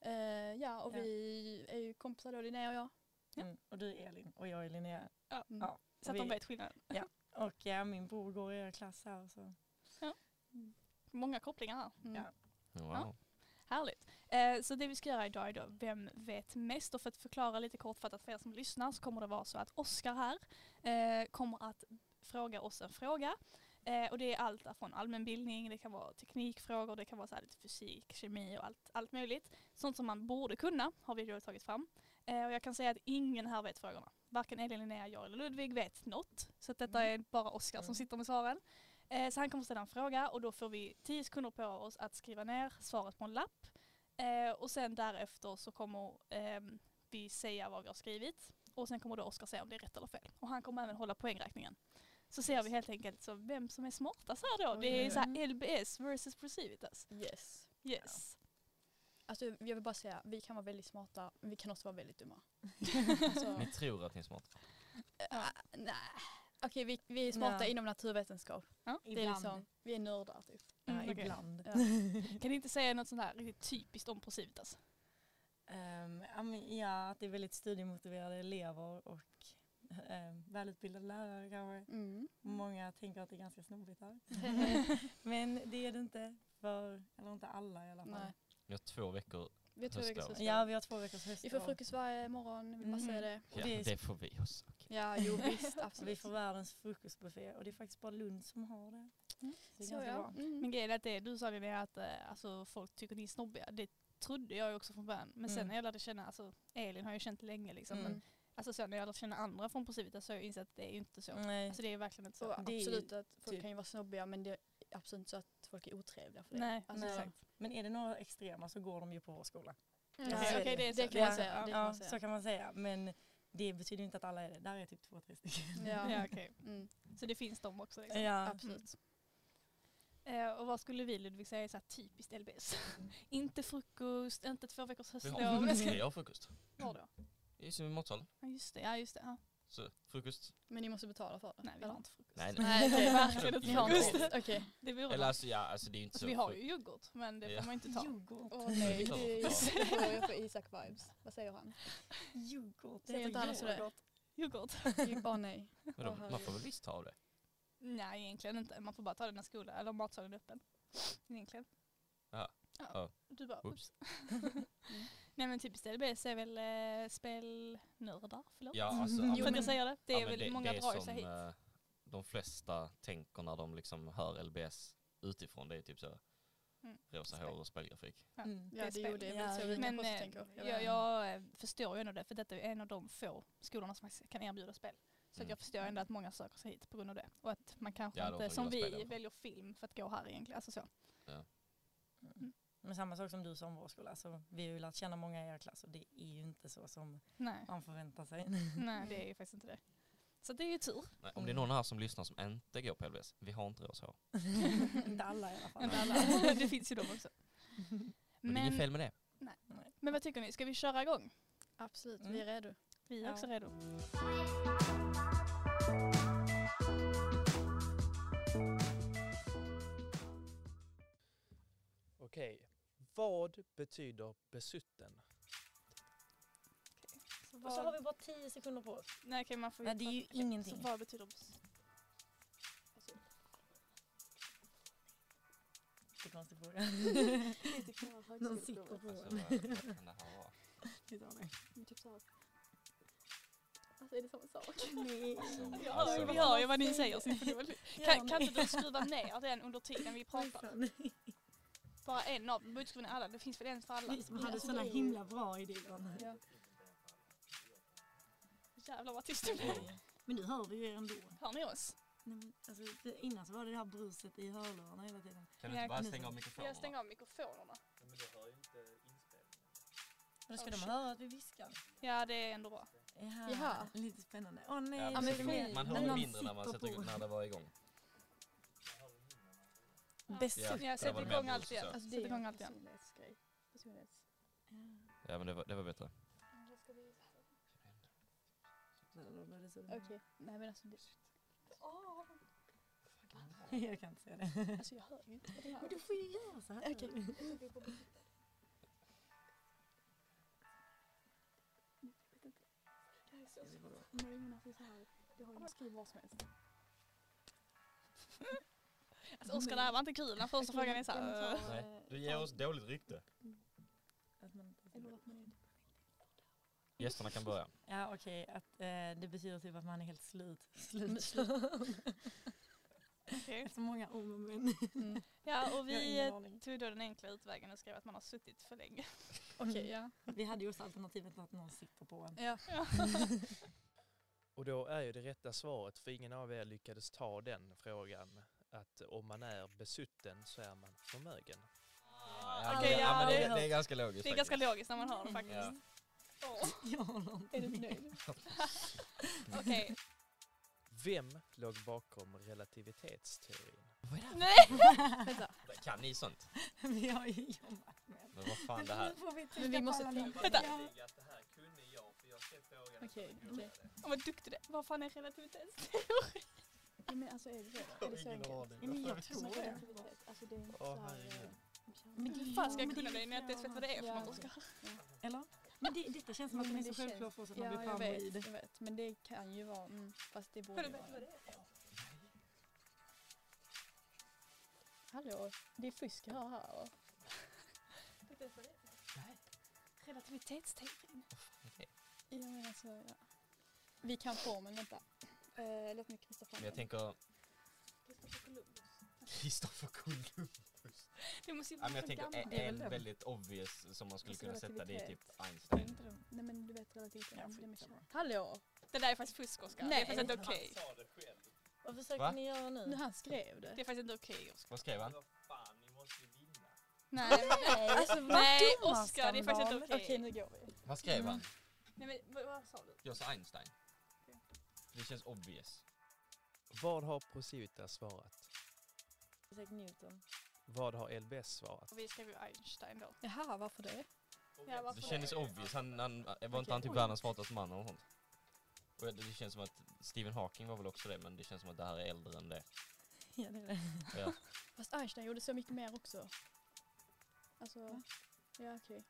Speaker 3: Eh, ja, och
Speaker 4: Ja.
Speaker 3: vi är ju kompisar då, Linnea och jag.
Speaker 1: Ja.
Speaker 4: Mm, och du är Elin och jag är Linnea.
Speaker 1: Ja.
Speaker 3: Mm.
Speaker 4: Ja.
Speaker 1: Så att de
Speaker 4: Vi-
Speaker 1: vet skillnaden.
Speaker 4: Och ja, min bror går i er klass här. Så.
Speaker 1: Många kopplingar här. Mm.
Speaker 4: Ja.
Speaker 2: Wow.
Speaker 1: Härligt. Eh, så det vi ska göra idag är då Vem vet mest? Och för att förklara lite kortfattat för er som lyssnar så kommer det vara så att Oskar här eh, kommer att fråga oss en fråga. Eh, och det är allt från allmänbildning, det kan vara teknikfrågor, det kan vara så här lite fysik, kemi och allt, allt möjligt. Sånt som man borde kunna har vi då tagit fram. Eh, och jag kan säga att ingen här vet frågorna. Varken Elin, Linnea, jag eller Ludvig vet något. Så att detta är bara Oskar som
Speaker 4: Mm.
Speaker 1: sitter med svaren. Eh, så han kommer ställa en fråga och då får vi 10 sekunder på oss att skriva ner svaret på en lapp. Eh, och sen därefter så kommer ehm, vi säga vad vi har skrivit. Och sen kommer då Oskar säga om det är rätt eller fel. Och han kommer även hålla poängräkningen. Så ser vi helt enkelt så vem som är smartast här då.
Speaker 4: Oj,
Speaker 1: Det är
Speaker 4: oj,
Speaker 1: så här
Speaker 3: oj.
Speaker 1: LBS versus Precivitas.
Speaker 4: Yes.
Speaker 1: Yes.
Speaker 3: Alltså, jag vill bara säga, vi kan vara väldigt smarta, men vi kan också vara väldigt dumma. alltså,
Speaker 2: Ni tror att ni är smarta.
Speaker 3: äh, nej. Okej, vi, vi är smarta
Speaker 4: Nej.
Speaker 3: inom naturvetenskap. Det är liksom, vi är nördar typ.
Speaker 4: Ja,
Speaker 1: Mm, okej.
Speaker 4: ibland.
Speaker 3: Ja.
Speaker 1: Kan ni inte säga något sånt här riktigt typiskt alltså. om Precivitas?
Speaker 4: [laughs] Mm. Ehm, ja, men, ja, att det är väldigt studiemotiverade elever och ehm, välutbildade lärare kanske.
Speaker 3: Mm. [laughs]
Speaker 4: Många tänker att det är ganska snobbigt här. Men det är det inte för, eller inte alla i alla fall.
Speaker 3: nej.
Speaker 2: Ni har två veckor.
Speaker 3: Jag tror vi
Speaker 2: Höstdag.
Speaker 3: kan
Speaker 4: Ja, vi har två veckors höst.
Speaker 3: Vi får frukost varje morgon, vi bara
Speaker 4: Mm.
Speaker 3: säger det.
Speaker 4: Och
Speaker 2: Ja,
Speaker 4: det är-
Speaker 2: det får vi också. Okej.
Speaker 3: Ja, jo visst,
Speaker 4: och vi
Speaker 3: absolut.
Speaker 4: får världens frukostbuffé och det är faktiskt bara Lund som har det.
Speaker 3: Mm.
Speaker 4: Så det är
Speaker 3: Så
Speaker 4: ganska
Speaker 3: ja.
Speaker 4: bra.
Speaker 3: Mm.
Speaker 1: Men grejen är att det, du sa det att eh, alltså, folk tycker ni är snobbiga. Det trodde jag ju också från början. Men sen
Speaker 4: Mm.
Speaker 1: när jag lärde känna, alltså Elin har jag ju känt länge liksom.
Speaker 4: Mm.
Speaker 1: Men alltså sen när jag lärde känna andra från Precivitas så har jag insett att det är ju inte så.
Speaker 4: Nej.
Speaker 1: Alltså det är verkligen inte så.
Speaker 3: Och
Speaker 4: Mm. Det är ju
Speaker 3: absolut att folk
Speaker 4: typ-
Speaker 3: kan ju vara snobbiga men det är absolut inte så att folk är otrevliga för det.
Speaker 1: Nej,
Speaker 3: alltså,
Speaker 4: nej.
Speaker 1: exakt.
Speaker 4: Men är det några extrema så går de ju på vår skola.
Speaker 3: Mm.
Speaker 4: Ja,
Speaker 1: Okej,
Speaker 4: så är
Speaker 1: okej,
Speaker 4: det.
Speaker 1: det är så.
Speaker 3: Det kan
Speaker 1: Ja.
Speaker 3: man säga. det kan
Speaker 4: ja,
Speaker 3: man säga.
Speaker 4: så kan man säga. Men det betyder ju inte att alla är det. Där är typ två, tre stycken.
Speaker 3: Ja.
Speaker 1: Ja, okej.
Speaker 3: Mm.
Speaker 1: Så det finns de också. Liksom.
Speaker 4: [laughs] Ja.
Speaker 3: Absolut.
Speaker 1: Eh, och vad skulle vi Ludvig säga är så här typiskt LBS? [laughs] inte frukost, inte två veckors
Speaker 2: Vi
Speaker 1: höstlov.
Speaker 2: har,
Speaker 1: Jag
Speaker 2: vi
Speaker 4: [laughs]
Speaker 1: ska-
Speaker 2: har frukost.
Speaker 1: Var då?
Speaker 2: I som i matsalen.
Speaker 1: Ja just det, ja just det. Ja.
Speaker 2: Så frukost.
Speaker 3: Men ni måste betala för det?
Speaker 1: Nej vi har inte frukost. [laughs]
Speaker 2: Nej, nej.
Speaker 3: Nej okej,
Speaker 1: verkligen
Speaker 3: vi
Speaker 1: inte
Speaker 3: har inte
Speaker 1: frukost.
Speaker 3: frukost. Okej.
Speaker 1: Det vore alltså,
Speaker 2: Eller alltså, ja, alltså det är ju inte så.
Speaker 1: vi har
Speaker 2: fru-
Speaker 1: ju yoghurt men det
Speaker 2: Ja.
Speaker 1: får man ju inte ta.
Speaker 3: [laughs]
Speaker 4: Yoghurt.
Speaker 3: Åh nej,
Speaker 2: Ja.
Speaker 3: det [laughs] är- jag får Isak-vibes. Vad säger han?
Speaker 4: Yoghurt.
Speaker 3: Säger
Speaker 4: heter
Speaker 3: inte alla sådär?
Speaker 4: yoghurt.
Speaker 1: Yoghurt?
Speaker 3: Åh nej.
Speaker 2: Vadå,
Speaker 3: Åh, herregud.
Speaker 2: man får väl visst ta av det.
Speaker 1: Nej egentligen inte. Man får bara ta den när skolan eller matsalen är öppen. Egentligen.
Speaker 2: Ja. Ja.
Speaker 1: Du bara
Speaker 2: Oops.
Speaker 1: oops. [laughs] Nej men typ typiskt LBS är väl eh, spelnördar, förlåt.
Speaker 2: Ja, alltså,
Speaker 1: [laughs]
Speaker 4: Jo,
Speaker 1: För att
Speaker 2: men-
Speaker 1: jag säger det, det är
Speaker 2: Ja, men
Speaker 1: väl många
Speaker 2: det är
Speaker 1: drar ju
Speaker 2: som,
Speaker 1: sig hit.
Speaker 2: eh, De flesta tänker när de liksom hör LBS utifrån, det är typ så
Speaker 1: Mm.
Speaker 2: rosa
Speaker 1: Spel.
Speaker 2: hår och spelgrafik.
Speaker 4: Mm.
Speaker 1: Det är
Speaker 3: Ja det är ju
Speaker 1: spel.
Speaker 3: det.
Speaker 4: Ja,
Speaker 3: Men så vi
Speaker 1: Men
Speaker 3: kanske också
Speaker 1: eh,
Speaker 3: tänker. Jag
Speaker 1: jag,
Speaker 3: vet
Speaker 1: jag eh, förstår ju ändå det, för detta är en av de få skolorna som faktiskt kan erbjuda spel. Så att
Speaker 2: Mm.
Speaker 1: jag förstår ändå att många söker sig hit på grund av det. Och att man kanske
Speaker 2: Ja, de
Speaker 1: inte,
Speaker 2: som
Speaker 1: som
Speaker 2: gillar spel i alla
Speaker 1: vi,
Speaker 2: fall.
Speaker 1: väljer film för att gå här egentligen. Alltså så.
Speaker 4: Mm. Men samma sak som du sa om vår skola. Alltså, vi har ju lärt känna många i er klass och det är ju inte så som
Speaker 1: Nej,
Speaker 4: man förväntar sig.
Speaker 1: nej det är ju faktiskt inte det. Så det är ju tur.
Speaker 2: Nej, om det är någon här som lyssnar som inte går på LBS, vi har inte rosa hår.
Speaker 4: inte alla i alla fall.
Speaker 1: Inte alla. det finns ju de [laughs] också.
Speaker 2: Men, det är
Speaker 1: Men,
Speaker 2: inget fel med det.
Speaker 1: men vad tycker ni, ska vi köra igång?
Speaker 3: Absolut,
Speaker 4: Mm.
Speaker 3: vi är redo.
Speaker 1: Vi är
Speaker 4: Ja.
Speaker 1: också redo.
Speaker 5: Okej. Vad betyder besutten?
Speaker 1: Så
Speaker 4: Och
Speaker 1: vad,
Speaker 4: så har vi bara tio sekunder på oss.
Speaker 1: nej, okej, man får
Speaker 4: Nej, det är ju
Speaker 1: okej,
Speaker 4: ingenting.
Speaker 1: Så vad betyder bes-
Speaker 4: Det är konstig fråga.
Speaker 2: typ
Speaker 4: Någon sitter på
Speaker 2: Alltså, [laughs]
Speaker 4: den.
Speaker 2: vad, vad kan det typ här vara?
Speaker 3: Alltså är det samma sak?
Speaker 2: Alltså,
Speaker 1: Jag hör,
Speaker 2: alltså,
Speaker 1: ju- vi
Speaker 2: vad-
Speaker 1: hör ju vad ni säger. Så ni får väl-
Speaker 4: [laughs]
Speaker 1: kan, kan [laughs] inte du skruva ner den under tiden vi pratar?
Speaker 4: prata?
Speaker 1: Bara en av dem, behöver inte skriva ner alla. Det finns väl en för alla?
Speaker 4: Vi som hade såna himla bra idéer.
Speaker 3: Ja.
Speaker 1: Jävlar vad tyst det blev.
Speaker 4: Men nu hör vi ju er ändå.
Speaker 1: Hör ni oss?
Speaker 4: Nej, men, alltså, för innan så var det det här bruset i hörlurarna hela
Speaker 2: Kan
Speaker 4: tiden.
Speaker 2: du inte
Speaker 1: Jag-
Speaker 2: bara stänga av mikrofonerna?
Speaker 1: Jag stänger av mikrofonerna.
Speaker 4: Då
Speaker 1: ska de
Speaker 4: höra att vi viskar.
Speaker 1: Ja det är ändå bra.
Speaker 4: Oh, Ja,
Speaker 3: Jaha.
Speaker 4: lite spännande. Åh nej,
Speaker 2: Ja,
Speaker 4: det
Speaker 3: men
Speaker 4: är
Speaker 2: precis.
Speaker 4: mer-
Speaker 2: man
Speaker 4: men
Speaker 2: hör det
Speaker 4: någon
Speaker 2: mindre när, man
Speaker 4: sitter
Speaker 2: sätter, igång- när det var igång.
Speaker 4: Bäst.
Speaker 2: Ja,
Speaker 1: Ja,
Speaker 2: där var
Speaker 1: sätt
Speaker 2: det
Speaker 1: igång
Speaker 2: mer
Speaker 1: allt
Speaker 2: brus
Speaker 1: igen.
Speaker 2: och
Speaker 3: Alltså det
Speaker 1: Sätt
Speaker 3: är
Speaker 1: igång
Speaker 3: en
Speaker 1: allt igen.
Speaker 3: personlighetsgrej. Personlighets.
Speaker 2: Ja men det var, det var bättre.
Speaker 3: Okej, nej men alltså det...
Speaker 4: [laughs] Jag kan inte säga det.
Speaker 3: Alltså jag hör Alltså, ju inte vad det
Speaker 4: Men
Speaker 3: här.
Speaker 4: du får ju göra så här.
Speaker 3: Okej.
Speaker 4: Det är så bra.
Speaker 3: Nej men alltså så här.
Speaker 1: Jag har
Speaker 3: Ja,
Speaker 1: ju
Speaker 3: men skriv vad som helst.
Speaker 1: Alltså, Oskar, det här var inte kul. Den
Speaker 3: Alltså,
Speaker 1: första frågan är så här. eh,
Speaker 2: Nej, du ger oss dåligt rykte.
Speaker 4: Att man inte-
Speaker 3: Eller att man är-
Speaker 2: Gästerna kan börja.
Speaker 4: Ja okej, att eh, det betyder typ att man är helt [laughs] slut. Slut.
Speaker 1: okej.
Speaker 4: Efter många om och men.
Speaker 3: Mm.
Speaker 1: Ja, och
Speaker 4: Jag har
Speaker 1: vi
Speaker 4: ingen
Speaker 1: eh,
Speaker 4: aning.
Speaker 1: tog då den enkla utvägen och skrev att man har suttit för länge.
Speaker 3: Okej, ja.
Speaker 4: Vi hade just alternativet att någon sitter på [laughs] en.
Speaker 3: ja.
Speaker 5: Och då är ju det rätta svaret, för ingen av er lyckades ta den frågan, att om man är besutten så är man förmögen.
Speaker 2: Ja,
Speaker 1: Okej, Alltså,
Speaker 2: det-
Speaker 1: ja,
Speaker 2: men det,
Speaker 4: det-
Speaker 2: är- det är ganska logiskt
Speaker 1: Det är ganska
Speaker 2: faktiskt.
Speaker 1: logiskt när man har det faktiskt.
Speaker 2: Ja.
Speaker 1: Åh,
Speaker 4: Jag håller inte
Speaker 3: Är du
Speaker 4: med.
Speaker 3: nöjd?
Speaker 1: Okej.
Speaker 3: [laughs]
Speaker 5: Vem låg bakom relativitetsteorin?
Speaker 1: Nej!
Speaker 3: [laughs] Vänta.
Speaker 2: Kan ni sånt?
Speaker 4: [laughs] Vi har ju jobbat med
Speaker 2: Men vad fan det här?
Speaker 4: Nu får vi trycka
Speaker 3: Men vi måste
Speaker 4: på alla
Speaker 3: tänka.
Speaker 4: länkar.
Speaker 1: Vänta.
Speaker 4: Ja.
Speaker 3: Okej, okej.
Speaker 1: Åh, vad duktig du är. Vad fan är relativitet?
Speaker 3: Ja, men alltså är det det? Är det så enkelt?
Speaker 4: Ja, men jag tror
Speaker 3: Men
Speaker 4: det.
Speaker 3: relativitet, alltså det är inte
Speaker 2: Åh,
Speaker 3: så här, eh,
Speaker 2: herregud.
Speaker 4: Men
Speaker 1: Hur
Speaker 4: gud,
Speaker 1: fan ska jag
Speaker 4: men
Speaker 1: kunna
Speaker 4: det är
Speaker 1: det när jag inte ens vet vad det är för
Speaker 3: Ja.
Speaker 1: något, Oskar?
Speaker 4: Eller? Men det, detta känns som
Speaker 3: Jo,
Speaker 4: att den är
Speaker 3: men
Speaker 4: så
Speaker 3: det känns-
Speaker 4: självklar för oss att man
Speaker 3: Ja,
Speaker 4: blir
Speaker 3: jag vet,
Speaker 4: paranoid.
Speaker 3: jag vet. Men det kan ju vara, mm, fast det
Speaker 1: Har
Speaker 3: borde
Speaker 1: du
Speaker 3: ju
Speaker 1: vet vad
Speaker 3: vara.
Speaker 1: det är?
Speaker 3: Hallå, det är fusk jag har här. va?
Speaker 1: Vet du vad det är? Relativitetsteorin.
Speaker 3: Ja, men alltså, ja. Vi kan formeln, vänta. Eh, låt mig kryssa fram
Speaker 2: Men jag
Speaker 3: den.
Speaker 2: tänker
Speaker 1: Kristoffer Columbus.
Speaker 2: Kristoffer Columbus.
Speaker 1: Det måste ju
Speaker 2: Ja,
Speaker 1: vara
Speaker 2: men jag
Speaker 1: så
Speaker 2: tänker eh,
Speaker 1: gammalt.
Speaker 2: en,
Speaker 4: Det är väl den.
Speaker 2: en väldigt obvious som man skulle
Speaker 3: Alltså
Speaker 2: kunna sätta det är typ
Speaker 3: relativitet.
Speaker 2: Einstein.
Speaker 3: Nej men du vet relativitet.
Speaker 4: Ja,
Speaker 3: det är mycket.
Speaker 4: skitsamma.
Speaker 3: Hallå!
Speaker 1: Det där är faktiskt fusk, Oskar. Det är
Speaker 3: Nej.
Speaker 1: faktiskt inte okej.
Speaker 4: Vad försöker
Speaker 2: Va?
Speaker 4: ni göra
Speaker 3: Nu han skrev det.
Speaker 1: Det är faktiskt inte okej, Oskar.
Speaker 2: Vad skrev han?
Speaker 1: Nej,
Speaker 3: Nej, alltså
Speaker 1: Nej, Oskar, det är faktiskt inte okej.
Speaker 3: Okej, nu går vi.
Speaker 2: Vad
Speaker 1: Mm.
Speaker 2: skrev han?
Speaker 1: Nej, men vad, vad sa du?
Speaker 2: Jag sa Einstein.
Speaker 1: Okej.
Speaker 2: Det känns obvious.
Speaker 5: Vad har Prosivita svarat?
Speaker 4: Försök Newton.
Speaker 5: Vad har LBS svarat?
Speaker 1: Och vi skrev ju Einstein då.
Speaker 3: Jaha, varför det?
Speaker 1: Oh, Ja, varför
Speaker 2: Det kändes obvious. Han, han, var inte han typ
Speaker 4: Oj.
Speaker 2: världens smartaste man eller sånt? Och det, det känns som att Stephen Hawking var väl också det, men det känns som att det här är äldre än det.
Speaker 4: [laughs] Ja, det är det.
Speaker 2: Ja.
Speaker 3: Fast Einstein gjorde så mycket mer också. Alltså, ja okej.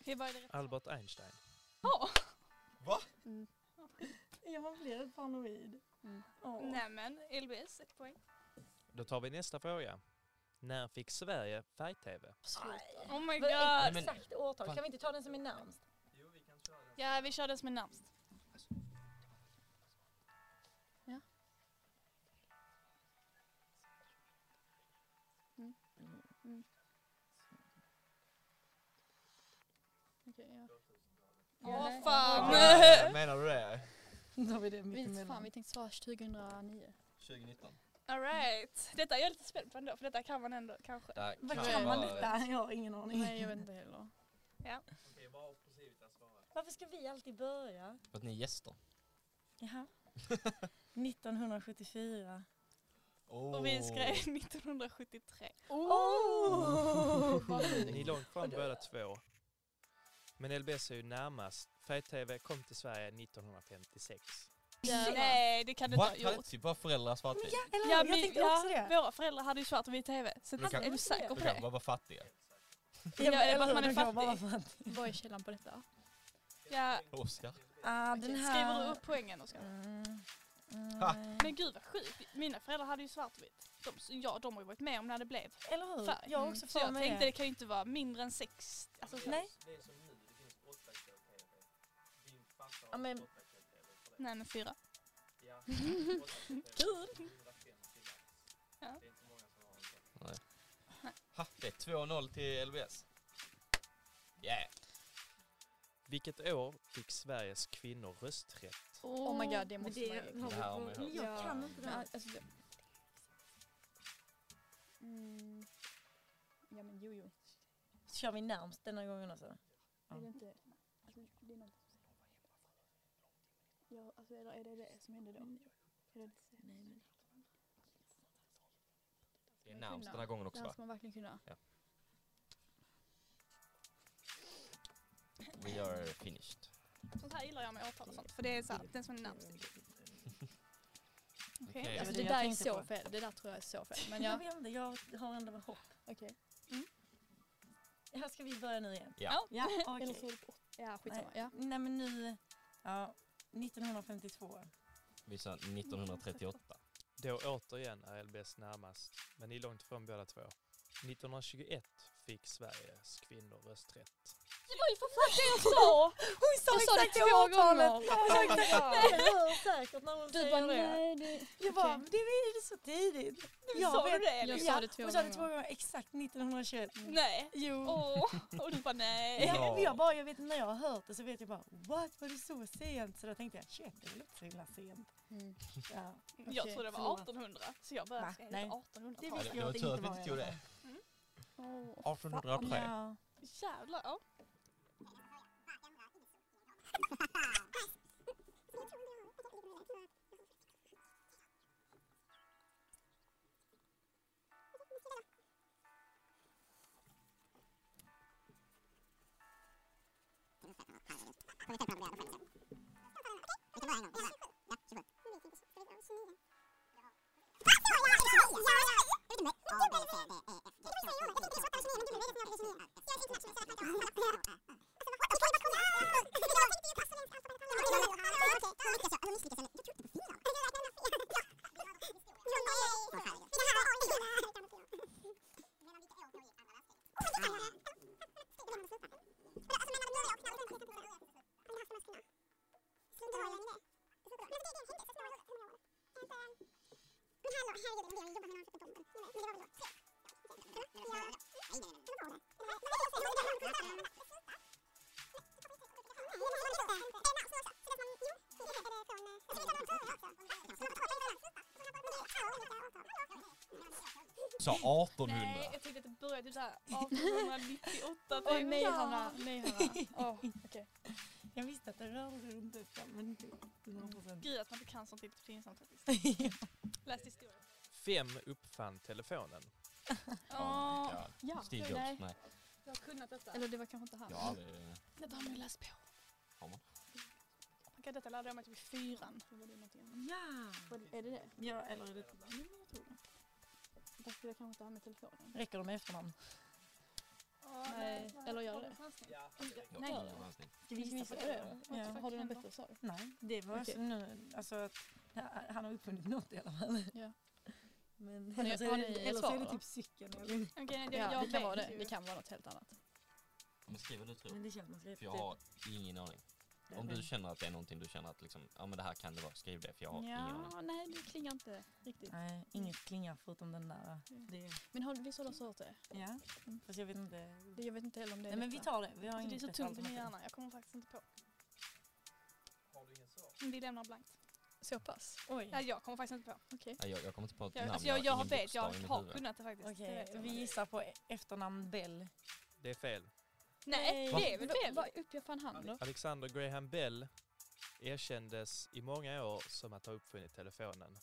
Speaker 1: Okej, vad är det rätta?
Speaker 5: Albert Einstein.
Speaker 1: Ja!
Speaker 3: Mm.
Speaker 4: Jag blir paranoid.
Speaker 3: Mm.
Speaker 4: Åh.
Speaker 1: Nej men, LBS, ett poäng.
Speaker 5: Då tar vi nästa fråga. När fick Sverige färg-tv?
Speaker 3: Sluta.
Speaker 1: Oh my
Speaker 6: Vad är
Speaker 2: Nej,
Speaker 1: god!
Speaker 2: men-
Speaker 6: exakt årtal?
Speaker 2: Fan.
Speaker 6: Kan vi inte ta den som är närmst?
Speaker 1: Ja, vi körde som en namn.
Speaker 3: Okej, ja.
Speaker 1: Åh
Speaker 3: nej.
Speaker 1: fan!
Speaker 2: Menar du det?
Speaker 4: [laughs] Då har vi det mitt
Speaker 3: Vi, fan,
Speaker 4: emellan.
Speaker 3: vi tänkte svara 2009.
Speaker 2: 2019.
Speaker 1: Alright. Detta är jag lite spänd på ändå, för detta kan man ändå kanske.
Speaker 2: Det här
Speaker 4: Vad kan man
Speaker 2: vara-
Speaker 4: detta? Jag har ingen aning.
Speaker 3: Nej, jag vet inte heller.
Speaker 6: Varför ska vi alltid börja?
Speaker 2: För att ni är gäster.
Speaker 4: [laughs] Jaha. 1974.
Speaker 1: Och vi skrev [laughs] 1973.
Speaker 4: Oh!
Speaker 5: Ni låg fram båda två. Men LBS är ju närmast. Färg-tv kom till Sverige 1956.
Speaker 1: Nej, det kan du inte ha
Speaker 2: What? Hade
Speaker 1: gjort.
Speaker 2: inte typ våra föräldrar svartvitt?
Speaker 4: Eller
Speaker 1: Ja,
Speaker 4: jag
Speaker 1: min-
Speaker 4: tänkte
Speaker 1: ja,
Speaker 4: också det.
Speaker 1: Våra föräldrar hade ju svart och vit tv, så
Speaker 2: Men du kan-
Speaker 1: är du säker på
Speaker 2: De kanske
Speaker 1: det?
Speaker 2: bara var fattiga.
Speaker 1: Ja, eller bara att
Speaker 4: hur?
Speaker 1: man är
Speaker 4: De kan vara
Speaker 1: fattig.
Speaker 4: fattiga.
Speaker 3: Vad är källan på detta?
Speaker 1: Ja,
Speaker 2: Oskar.
Speaker 4: Ah, den här...
Speaker 1: skriver du upp poängen Oskar?
Speaker 4: Mm.
Speaker 2: Ha.
Speaker 4: Mm.
Speaker 1: Men gud vad sjukt, mina föräldrar hade ju svart och vitt. De, ja, de har ju varit med om när det blev
Speaker 4: Eller hur?
Speaker 1: färg.
Speaker 4: Jag har också
Speaker 1: Så
Speaker 4: för
Speaker 1: jag
Speaker 4: mig
Speaker 1: tänkte det
Speaker 4: det.
Speaker 1: kan ju inte vara mindre än 60. Alltså,
Speaker 4: Nej.
Speaker 6: Ja, men,
Speaker 1: nej men fyra.
Speaker 4: Kul!
Speaker 2: Ha, det är 2-0 till LBS. Yeah.
Speaker 5: Vilket år fick Sveriges kvinnor rösträtt?
Speaker 3: Oh my god, det
Speaker 4: Men
Speaker 3: måste
Speaker 4: det
Speaker 3: man
Speaker 4: har
Speaker 3: ju.
Speaker 4: vi
Speaker 2: Det här har man ju hört.
Speaker 4: på- Jag kan inte
Speaker 3: Men,
Speaker 4: det.
Speaker 3: alltså, det... Mm. Ja men jo jo.
Speaker 6: kör vi närmst denna gången också?
Speaker 3: Är det inte... Alltså, det är något... Ja, alltså, eller är det det som hände då? Är det inte så?
Speaker 2: Det är närmst den här gången
Speaker 3: Det
Speaker 2: också
Speaker 3: här
Speaker 2: va?
Speaker 3: ska man verkligen kunna.
Speaker 2: We are finished.
Speaker 1: Sånt här gillar jag med årtal och sånt, för det är så här, den som är närmst. Okej.
Speaker 2: Okej.
Speaker 3: Alltså,
Speaker 4: det
Speaker 3: det
Speaker 4: jag
Speaker 3: där är
Speaker 4: tänkte
Speaker 3: så
Speaker 4: på.
Speaker 3: fel. Det där tror jag är så fel. Men [laughs]
Speaker 4: Jag
Speaker 3: ja,
Speaker 4: vet inte, jag har ändå hopp.
Speaker 3: okej.
Speaker 4: Här ska vi börja nu igen.
Speaker 2: Ja.
Speaker 4: [laughs] Ja,
Speaker 3: Eller
Speaker 4: okej.
Speaker 3: så är det på åt- Ja, skitsamma.
Speaker 4: Nej.
Speaker 3: Ja.
Speaker 4: Nej men nu, ja, 1952.
Speaker 2: Vi sa 1938.
Speaker 5: Då återigen är LBS närmast, men ni är långt ifrån båda två. 1921 fick Sveriges kvinnor rösträtt.
Speaker 1: Oj, vad fan det jag sa!
Speaker 6: Hon sa
Speaker 1: Jag sa det
Speaker 6: exakt det
Speaker 1: två
Speaker 6: årtalet!
Speaker 1: gånger!
Speaker 6: Jag hör säkert när hon
Speaker 1: Du
Speaker 6: säger
Speaker 1: bara
Speaker 6: det.
Speaker 1: nej.
Speaker 4: Jag bara,
Speaker 1: Okej.
Speaker 4: men det är ju så tidigt.
Speaker 1: Ja, sa du det?
Speaker 4: Ja,
Speaker 1: Jag sa det två
Speaker 4: hon sa det två
Speaker 1: gånger.
Speaker 4: gånger. Exakt 1921.
Speaker 1: Nej.
Speaker 4: Jo.
Speaker 1: Åh, och du bara nej.
Speaker 4: Ja,
Speaker 5: Ja.
Speaker 4: men jag, bara, jag vet när jag har hört det så vet jag bara what var det så sent? Så då tänkte jag shit det är väl inte så himla sent.
Speaker 3: Mm.
Speaker 4: Ja.
Speaker 1: Jag
Speaker 4: Okej,
Speaker 1: trodde det var
Speaker 4: förlåt.
Speaker 1: 1800, så jag började
Speaker 4: Va?
Speaker 1: skriva
Speaker 4: Nej.
Speaker 1: 1800
Speaker 4: Det
Speaker 2: Ja,
Speaker 4: visste
Speaker 2: det,
Speaker 4: jag
Speaker 2: det var
Speaker 4: att det
Speaker 2: tur att vi
Speaker 4: inte
Speaker 2: inte
Speaker 4: var
Speaker 2: tog det.
Speaker 4: i
Speaker 1: Åh,
Speaker 2: 1803.
Speaker 4: Ja.
Speaker 1: Jävlar. Ja.
Speaker 2: Sa 1800.
Speaker 1: Nej, jag tänkte att det började typ såhär 1898.
Speaker 3: Oj,
Speaker 1: typ.
Speaker 3: nej
Speaker 1: Ja.
Speaker 3: Hanna, nej Hanna.
Speaker 1: Åh, okej.
Speaker 4: Jag visste att det rörde sig runt detta men inte
Speaker 1: [laughs]
Speaker 4: någon procent.
Speaker 1: Gud att man inte kan sånt, det är lite pinsamt faktiskt. Läs historia.
Speaker 5: Fem uppfann telefonen.
Speaker 2: Oh my
Speaker 1: Åh,
Speaker 2: God.
Speaker 3: Ja.
Speaker 2: Steve Jobs,
Speaker 1: nej.
Speaker 2: nej.
Speaker 1: jag har kunnat detta.
Speaker 3: Eller det var kanske inte han.
Speaker 2: Jag har aldrig...
Speaker 1: Nej, det har man ju läst på.
Speaker 2: Har man?
Speaker 1: Man kan detta lärde jag mig typ i fyran. Då var det någonting annat.
Speaker 4: Ja.
Speaker 3: Är det det?
Speaker 4: Ja eller är det
Speaker 3: Därför jag kanske inte har med telefonen.
Speaker 6: Räcker de med efternamn?
Speaker 1: Åh,
Speaker 3: Nej, eller gör det?
Speaker 2: Jag
Speaker 3: Nej.
Speaker 2: tror det var en snitt.
Speaker 4: Ska
Speaker 3: Vi
Speaker 4: vi
Speaker 3: gissa
Speaker 4: gissa
Speaker 3: på det då.
Speaker 4: Ja.
Speaker 3: Har du någon bättre svar?
Speaker 4: Nej det var
Speaker 3: Okej.
Speaker 4: alltså nu alltså att han- han har uppfunnit något i alla fall.
Speaker 3: Ja.
Speaker 4: Men
Speaker 3: Har ni-
Speaker 4: eller så
Speaker 3: har
Speaker 4: är
Speaker 3: ni
Speaker 4: det-
Speaker 3: ett
Speaker 4: eller så
Speaker 3: svar,
Speaker 4: är det
Speaker 3: då?
Speaker 4: typ cykeln eller
Speaker 1: Okej, nej, det-
Speaker 3: Ja,
Speaker 1: jag
Speaker 3: det kan vara
Speaker 1: vet
Speaker 3: det.
Speaker 1: ju.
Speaker 3: Det kan vara något helt annat.
Speaker 2: Men skriv vad du tror.
Speaker 4: Men det typ- känns man ska
Speaker 2: För jag har ingen aning. Om du känner att det är någonting du känner att liksom, ja men det här kan det vara, skriv det för jag har ingen aning.
Speaker 3: Ja, nej det klingar inte riktigt.
Speaker 4: Nej, inget klingar förutom den där. Det,
Speaker 3: Men har, visst har du också hört det?
Speaker 4: ja,
Speaker 3: Mm.
Speaker 4: fast jag vet inte.
Speaker 3: Det- Jag vet inte heller om det är
Speaker 4: Nej men vi
Speaker 3: detta.
Speaker 4: tar det. Vi har
Speaker 1: Det är
Speaker 4: inget
Speaker 1: så
Speaker 4: rätt
Speaker 1: tungt i min
Speaker 4: alternativ.
Speaker 1: hjärna, jag kommer faktiskt inte på. Men Vi lämnar blankt.
Speaker 3: Så pass?
Speaker 1: Nej,
Speaker 3: Oj.
Speaker 1: jag kommer faktiskt inte på.
Speaker 3: Okej.
Speaker 2: Nej, jag, jag kommer inte på ett
Speaker 1: Jag,
Speaker 2: namn,
Speaker 1: alltså, jag, jag,
Speaker 2: ingen
Speaker 1: vet, jag
Speaker 2: bokstav i mitt
Speaker 1: har
Speaker 2: huvud.
Speaker 1: kunnat det faktiskt. det
Speaker 4: Okej,
Speaker 1: vet jag.
Speaker 4: vi gissar på e- efternamn Bell.
Speaker 5: Det är fel.
Speaker 1: Nej,
Speaker 2: Va?
Speaker 1: det är väl fel?
Speaker 3: Vad uppger fan han då?
Speaker 5: Alexander Graham Bell erkändes i många år som att ha uppfunnit telefonen.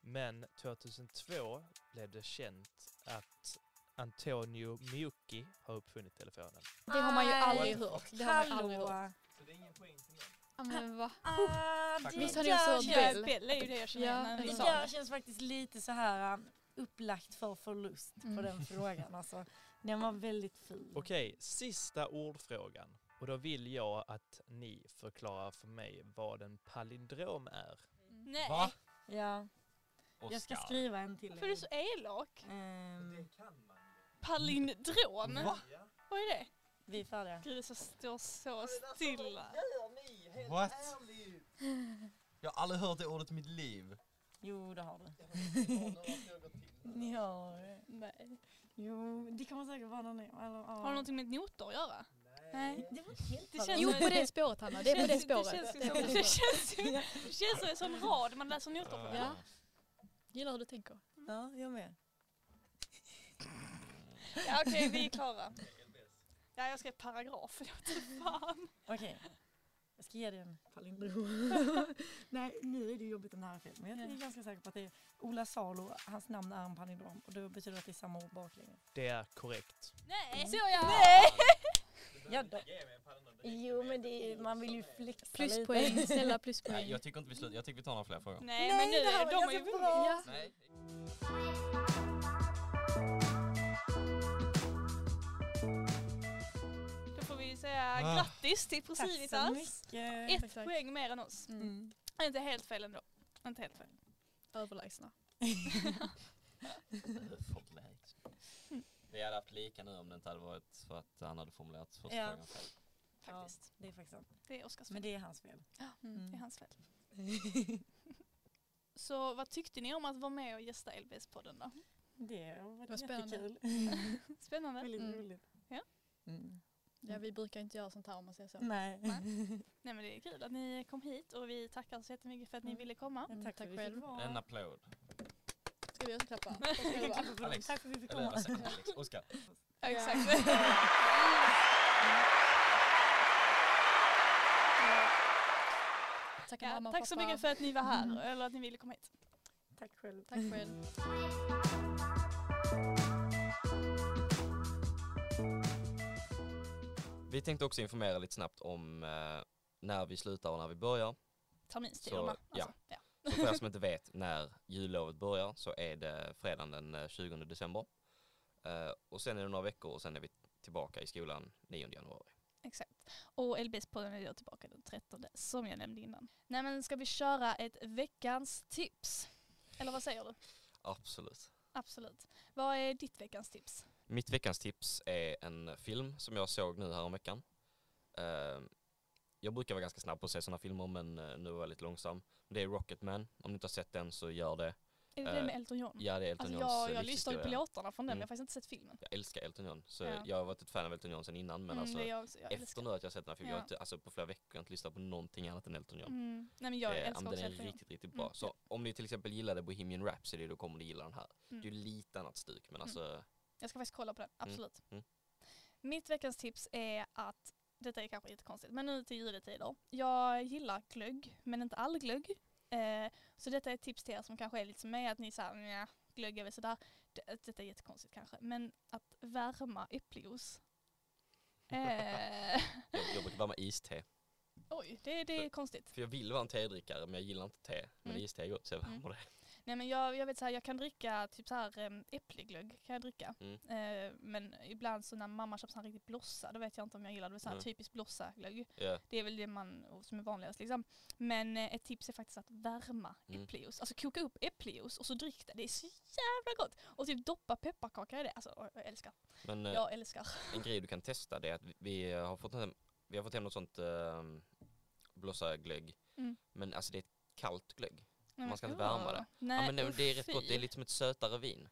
Speaker 5: Men 2002 blev det känt att Antonio Meucci har uppfunnit telefonen.
Speaker 3: Det har man ju
Speaker 6: Nej.
Speaker 3: aldrig hört. Det har man ju aldrig hört.
Speaker 4: Hallå!
Speaker 5: Så det är ingen poäng till någon.
Speaker 3: Ja, men va?
Speaker 4: Ah,
Speaker 5: Tack.
Speaker 4: det
Speaker 5: Visst
Speaker 3: har ni också
Speaker 4: där
Speaker 3: hört
Speaker 4: känns-
Speaker 1: Ja,
Speaker 3: Bell.
Speaker 1: Bell är ju det jag känner
Speaker 3: Ja,
Speaker 1: igen när vi
Speaker 3: det
Speaker 1: sa
Speaker 4: Det där
Speaker 1: det.
Speaker 4: känns faktiskt lite så här um, upplagt för förlust
Speaker 3: Mm.
Speaker 4: på den frågan alltså. Den var väldigt ful.
Speaker 5: Okej, sista ordfrågan. Och då vill jag att ni förklarar för mig vad en palindrom är.
Speaker 1: Nej,
Speaker 2: Va?
Speaker 4: Ja, jag ska
Speaker 2: Oscar.
Speaker 4: skriva en till.
Speaker 1: för du är så elak.
Speaker 4: Ehm,
Speaker 1: Palindrom?
Speaker 2: Va?
Speaker 1: Vad är det?
Speaker 4: vi är färdiga.
Speaker 1: Gud, så står så stilla.
Speaker 2: What? [laughs] Jag har aldrig hört det ordet i mitt liv.
Speaker 4: Jo, det har du. Ni har det.
Speaker 3: Nej.
Speaker 4: Jo, det kommer säkert vara någon. Eller,
Speaker 1: Har det någonting med noter att göra? Nej.
Speaker 4: Det var helt
Speaker 1: Det känns-
Speaker 3: Jo, på det spåret Hanna. Det är på [laughs] det
Speaker 1: känns
Speaker 3: spåret.
Speaker 1: ju som- Det känns ju det känns ju som en rad man läser noter på.
Speaker 3: Ja. Gillar hur du tänker.
Speaker 4: Ja, jag med.
Speaker 1: Ja, Okej, vi är klara. Ja, jag skrev paragraf. Jag vet inte fan.
Speaker 4: Okej. Jag ska ge dig en palindrom. [laughs] Nej, nu är det ju jobbigt om det här är fel. Men jag är ganska säker på att det är Ola Salo, hans namn är en palindrom. Och det betyder att det är samma ord baklänges.
Speaker 5: Det är korrekt.
Speaker 1: Nej!
Speaker 3: Så ja!
Speaker 4: Ja, då. Jo, men det är, man vill ju flexa
Speaker 3: Pluspoäng, [laughs] snälla
Speaker 2: Nej,
Speaker 3: pluspoäng.
Speaker 2: jag tycker inte vi slutar, jag tycker vi tar några fler frågor.
Speaker 1: Nej, men nu,
Speaker 4: det här var
Speaker 1: de har ju
Speaker 4: ganska
Speaker 1: vunnit.
Speaker 4: bra.
Speaker 3: Ja.
Speaker 2: Nej.
Speaker 1: Då får vi säga
Speaker 2: Ah.
Speaker 1: grattis till
Speaker 4: Tack så
Speaker 1: Procivitas.
Speaker 4: mycket.
Speaker 1: Ett
Speaker 3: Exakt.
Speaker 1: poäng mer än oss.
Speaker 3: Mm.
Speaker 4: Mm.
Speaker 1: Det är inte helt fel ändå. Inte helt fel.
Speaker 3: Överlägsna.
Speaker 2: Förlägset. Vi hade haft lika nu om det inte hade varit för att han hade formulerat första
Speaker 4: Ja.
Speaker 2: frågan fel.
Speaker 1: Faktiskt.
Speaker 4: Det är faktiskt sant.
Speaker 1: Det är Oskars fel.
Speaker 4: Men det är hans fel.
Speaker 3: Mm.
Speaker 2: Mm.
Speaker 4: Mm,
Speaker 1: Det är hans fel. Så vad tyckte ni om att vara med och gästa LBS-podden
Speaker 3: [laughs]
Speaker 1: då?
Speaker 4: Det var, Mm.
Speaker 3: Det var spännande.
Speaker 4: jättekul.
Speaker 1: Spännande.
Speaker 4: Väldigt
Speaker 3: Mm.
Speaker 4: roligt.
Speaker 1: Ja.
Speaker 4: Mm.
Speaker 3: Ja, vi brukar inte göra sånt här om man säger så.
Speaker 2: Mm.
Speaker 4: Nej.
Speaker 1: Nej men det är kul att ni kom hit och vi tackar så jättemycket för att ni
Speaker 4: Mm.
Speaker 1: ville komma.
Speaker 4: Ja, Tack,
Speaker 3: Tack
Speaker 4: för att vi
Speaker 3: själv.
Speaker 4: fick vara.
Speaker 2: En applåd.
Speaker 3: Ska vi också klappa?
Speaker 4: Jag kan klappa för dem.
Speaker 2: Alex.
Speaker 4: Tack för att vi fick
Speaker 2: Eller
Speaker 4: komma.
Speaker 2: vad säger jag, Alex? Oskar.
Speaker 1: [laughs] Ja,
Speaker 3: Ja.
Speaker 1: exakt.
Speaker 3: Tackar
Speaker 1: Ja,
Speaker 3: mamma och
Speaker 1: tack så
Speaker 3: pappa. Mm.
Speaker 1: mycket för att ni var här eller att ni ville komma hit.
Speaker 4: Tack själv.
Speaker 3: Tack själv.
Speaker 2: Vi tänkte också informera lite snabbt om eh, när vi slutar och när vi börjar.
Speaker 1: Terminstiderna.
Speaker 2: Så, ja.
Speaker 1: Alltså, ja.
Speaker 2: Så för er som inte vet när jullovet börjar så är det fredagen den eh, 20 december. Eh, och sen är det några veckor och sen är vi tillbaka i skolan 9 januari.
Speaker 1: Exakt. Och LBS-podden är då tillbaka den 13 som jag nämnde innan. Nej men ska vi köra ett veckans tips? Eller vad säger du?
Speaker 2: Absolut.
Speaker 1: Absolut. Vad är ditt veckans tips?
Speaker 2: Mitt veckans tips är en film som jag såg nu häromveckan. Eh, jag brukar vara ganska snabb på att se sådana filmer men eh, nu var jag lite långsam. Det är Rocketman. Om ni inte har sett den så gör det.
Speaker 1: Är det
Speaker 2: Eh,
Speaker 1: den med Elton John?
Speaker 2: Ja, det är Elton
Speaker 1: Mm. Alltså
Speaker 2: Johns
Speaker 1: jag,
Speaker 2: eh,
Speaker 1: jag lyssnar ju på
Speaker 2: livshistoria.
Speaker 1: låtarna från den, men jag har
Speaker 2: Mm.
Speaker 1: faktiskt inte sett filmen.
Speaker 2: Jag älskar Elton John. Så
Speaker 1: Ja.
Speaker 2: jag har varit ett fan av Elton John sedan innan men
Speaker 1: mm,
Speaker 2: alltså
Speaker 1: det är jag också, jag
Speaker 2: efter
Speaker 1: älskar.
Speaker 2: nu att jag har sett den här filmen, jag har
Speaker 1: Ja.
Speaker 2: inte, alltså på flera veckor har jag inte lyssnat på någonting annat än Elton John.
Speaker 1: Mm. Nej men jag
Speaker 2: Eh,
Speaker 1: älskar
Speaker 2: men
Speaker 1: också
Speaker 2: den är
Speaker 1: Elton John.
Speaker 2: riktigt, riktigt bra.
Speaker 1: Mm.
Speaker 2: Så om ni till exempel gillade Bohemian Rhapsody då kommer ni gilla den här. Det är ju lite annat stuk men alltså,
Speaker 1: Mm. Jag ska faktiskt kolla på den, absolut.
Speaker 2: mm.
Speaker 1: Mitt veckans tips är att, detta är kanske lite konstigt, men nu till juletider. Jag gillar glögg, men inte all glögg. Eh, så detta är ett tips till er som kanske är lite som mig, att ni säger nja, glögg är väl sådär. Det, detta är jättekonstigt kanske, men att värma
Speaker 2: [laughs]
Speaker 1: äppeljuice. Eh,
Speaker 2: jag, jag brukar värma iste.
Speaker 1: oj, det, det är konstigt.
Speaker 2: För jag vill vara en tedrickare men jag gillar inte te. Men
Speaker 1: Mm.
Speaker 2: iste är gott så jag värmer
Speaker 1: Mm.
Speaker 2: det.
Speaker 1: Nej men jag, jag vet såhär, jag kan dricka typ såhär em, äppelglögg kan jag dricka.
Speaker 2: Mm.
Speaker 1: Eh, men ibland så när mamma köper sån här riktigt blossa, då vet jag inte om jag gillar det. Det är såhär
Speaker 2: Nej.
Speaker 1: typiskt blossaglögg.
Speaker 2: Ja.
Speaker 1: Det är väl det man, som är vanligast liksom. Men eh, ett tips är faktiskt att värma
Speaker 2: Mm.
Speaker 1: äppeljuice. Alltså koka upp äppeljuice och så drick det. Det är så jävla gott! Och typ doppa pepparkaka i det. Alltså oj, jag älskar.
Speaker 2: Men eh,
Speaker 1: Jag älskar.
Speaker 2: en grej du kan testa det är att vi- vi har fått hem, vi har fått hem något sånt eh, blåsarglögg.
Speaker 1: Mm.
Speaker 2: Men alltså det är ett kallt glögg.
Speaker 1: Nej,
Speaker 2: Man ska
Speaker 1: men-
Speaker 2: inte värma det.
Speaker 1: Nej,
Speaker 2: Ja, men det,
Speaker 1: usch,
Speaker 2: det är rätt gott, det är
Speaker 1: fy.
Speaker 2: lite som ett sötare vin.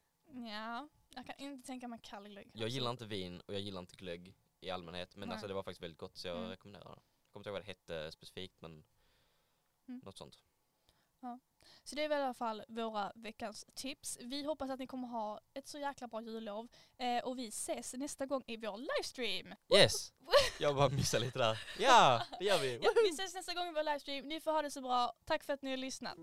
Speaker 1: Ja, jag kan inte tänka mig kall glögg.
Speaker 2: Jag gillar inte vin och jag gillar inte glögg i allmänhet men
Speaker 1: Nej.
Speaker 2: alltså det var faktiskt väldigt gott så jag
Speaker 1: Mm.
Speaker 2: rekommenderar det. Jag kommer inte ihåg vad det hette specifikt men
Speaker 1: Mm.
Speaker 2: något sånt.
Speaker 1: Så det är väl i alla fall våra veckans tips. Vi hoppas att ni kommer ha ett så jäkla bra jullov eh, och vi ses nästa gång i vår livestream. [laughs]
Speaker 2: Yes! Jag bara missade lite där. Ja, det gör vi!
Speaker 1: Ja, vi ses nästa gång i vår livestream. Ni får ha det så bra. Tack för att ni har lyssnat.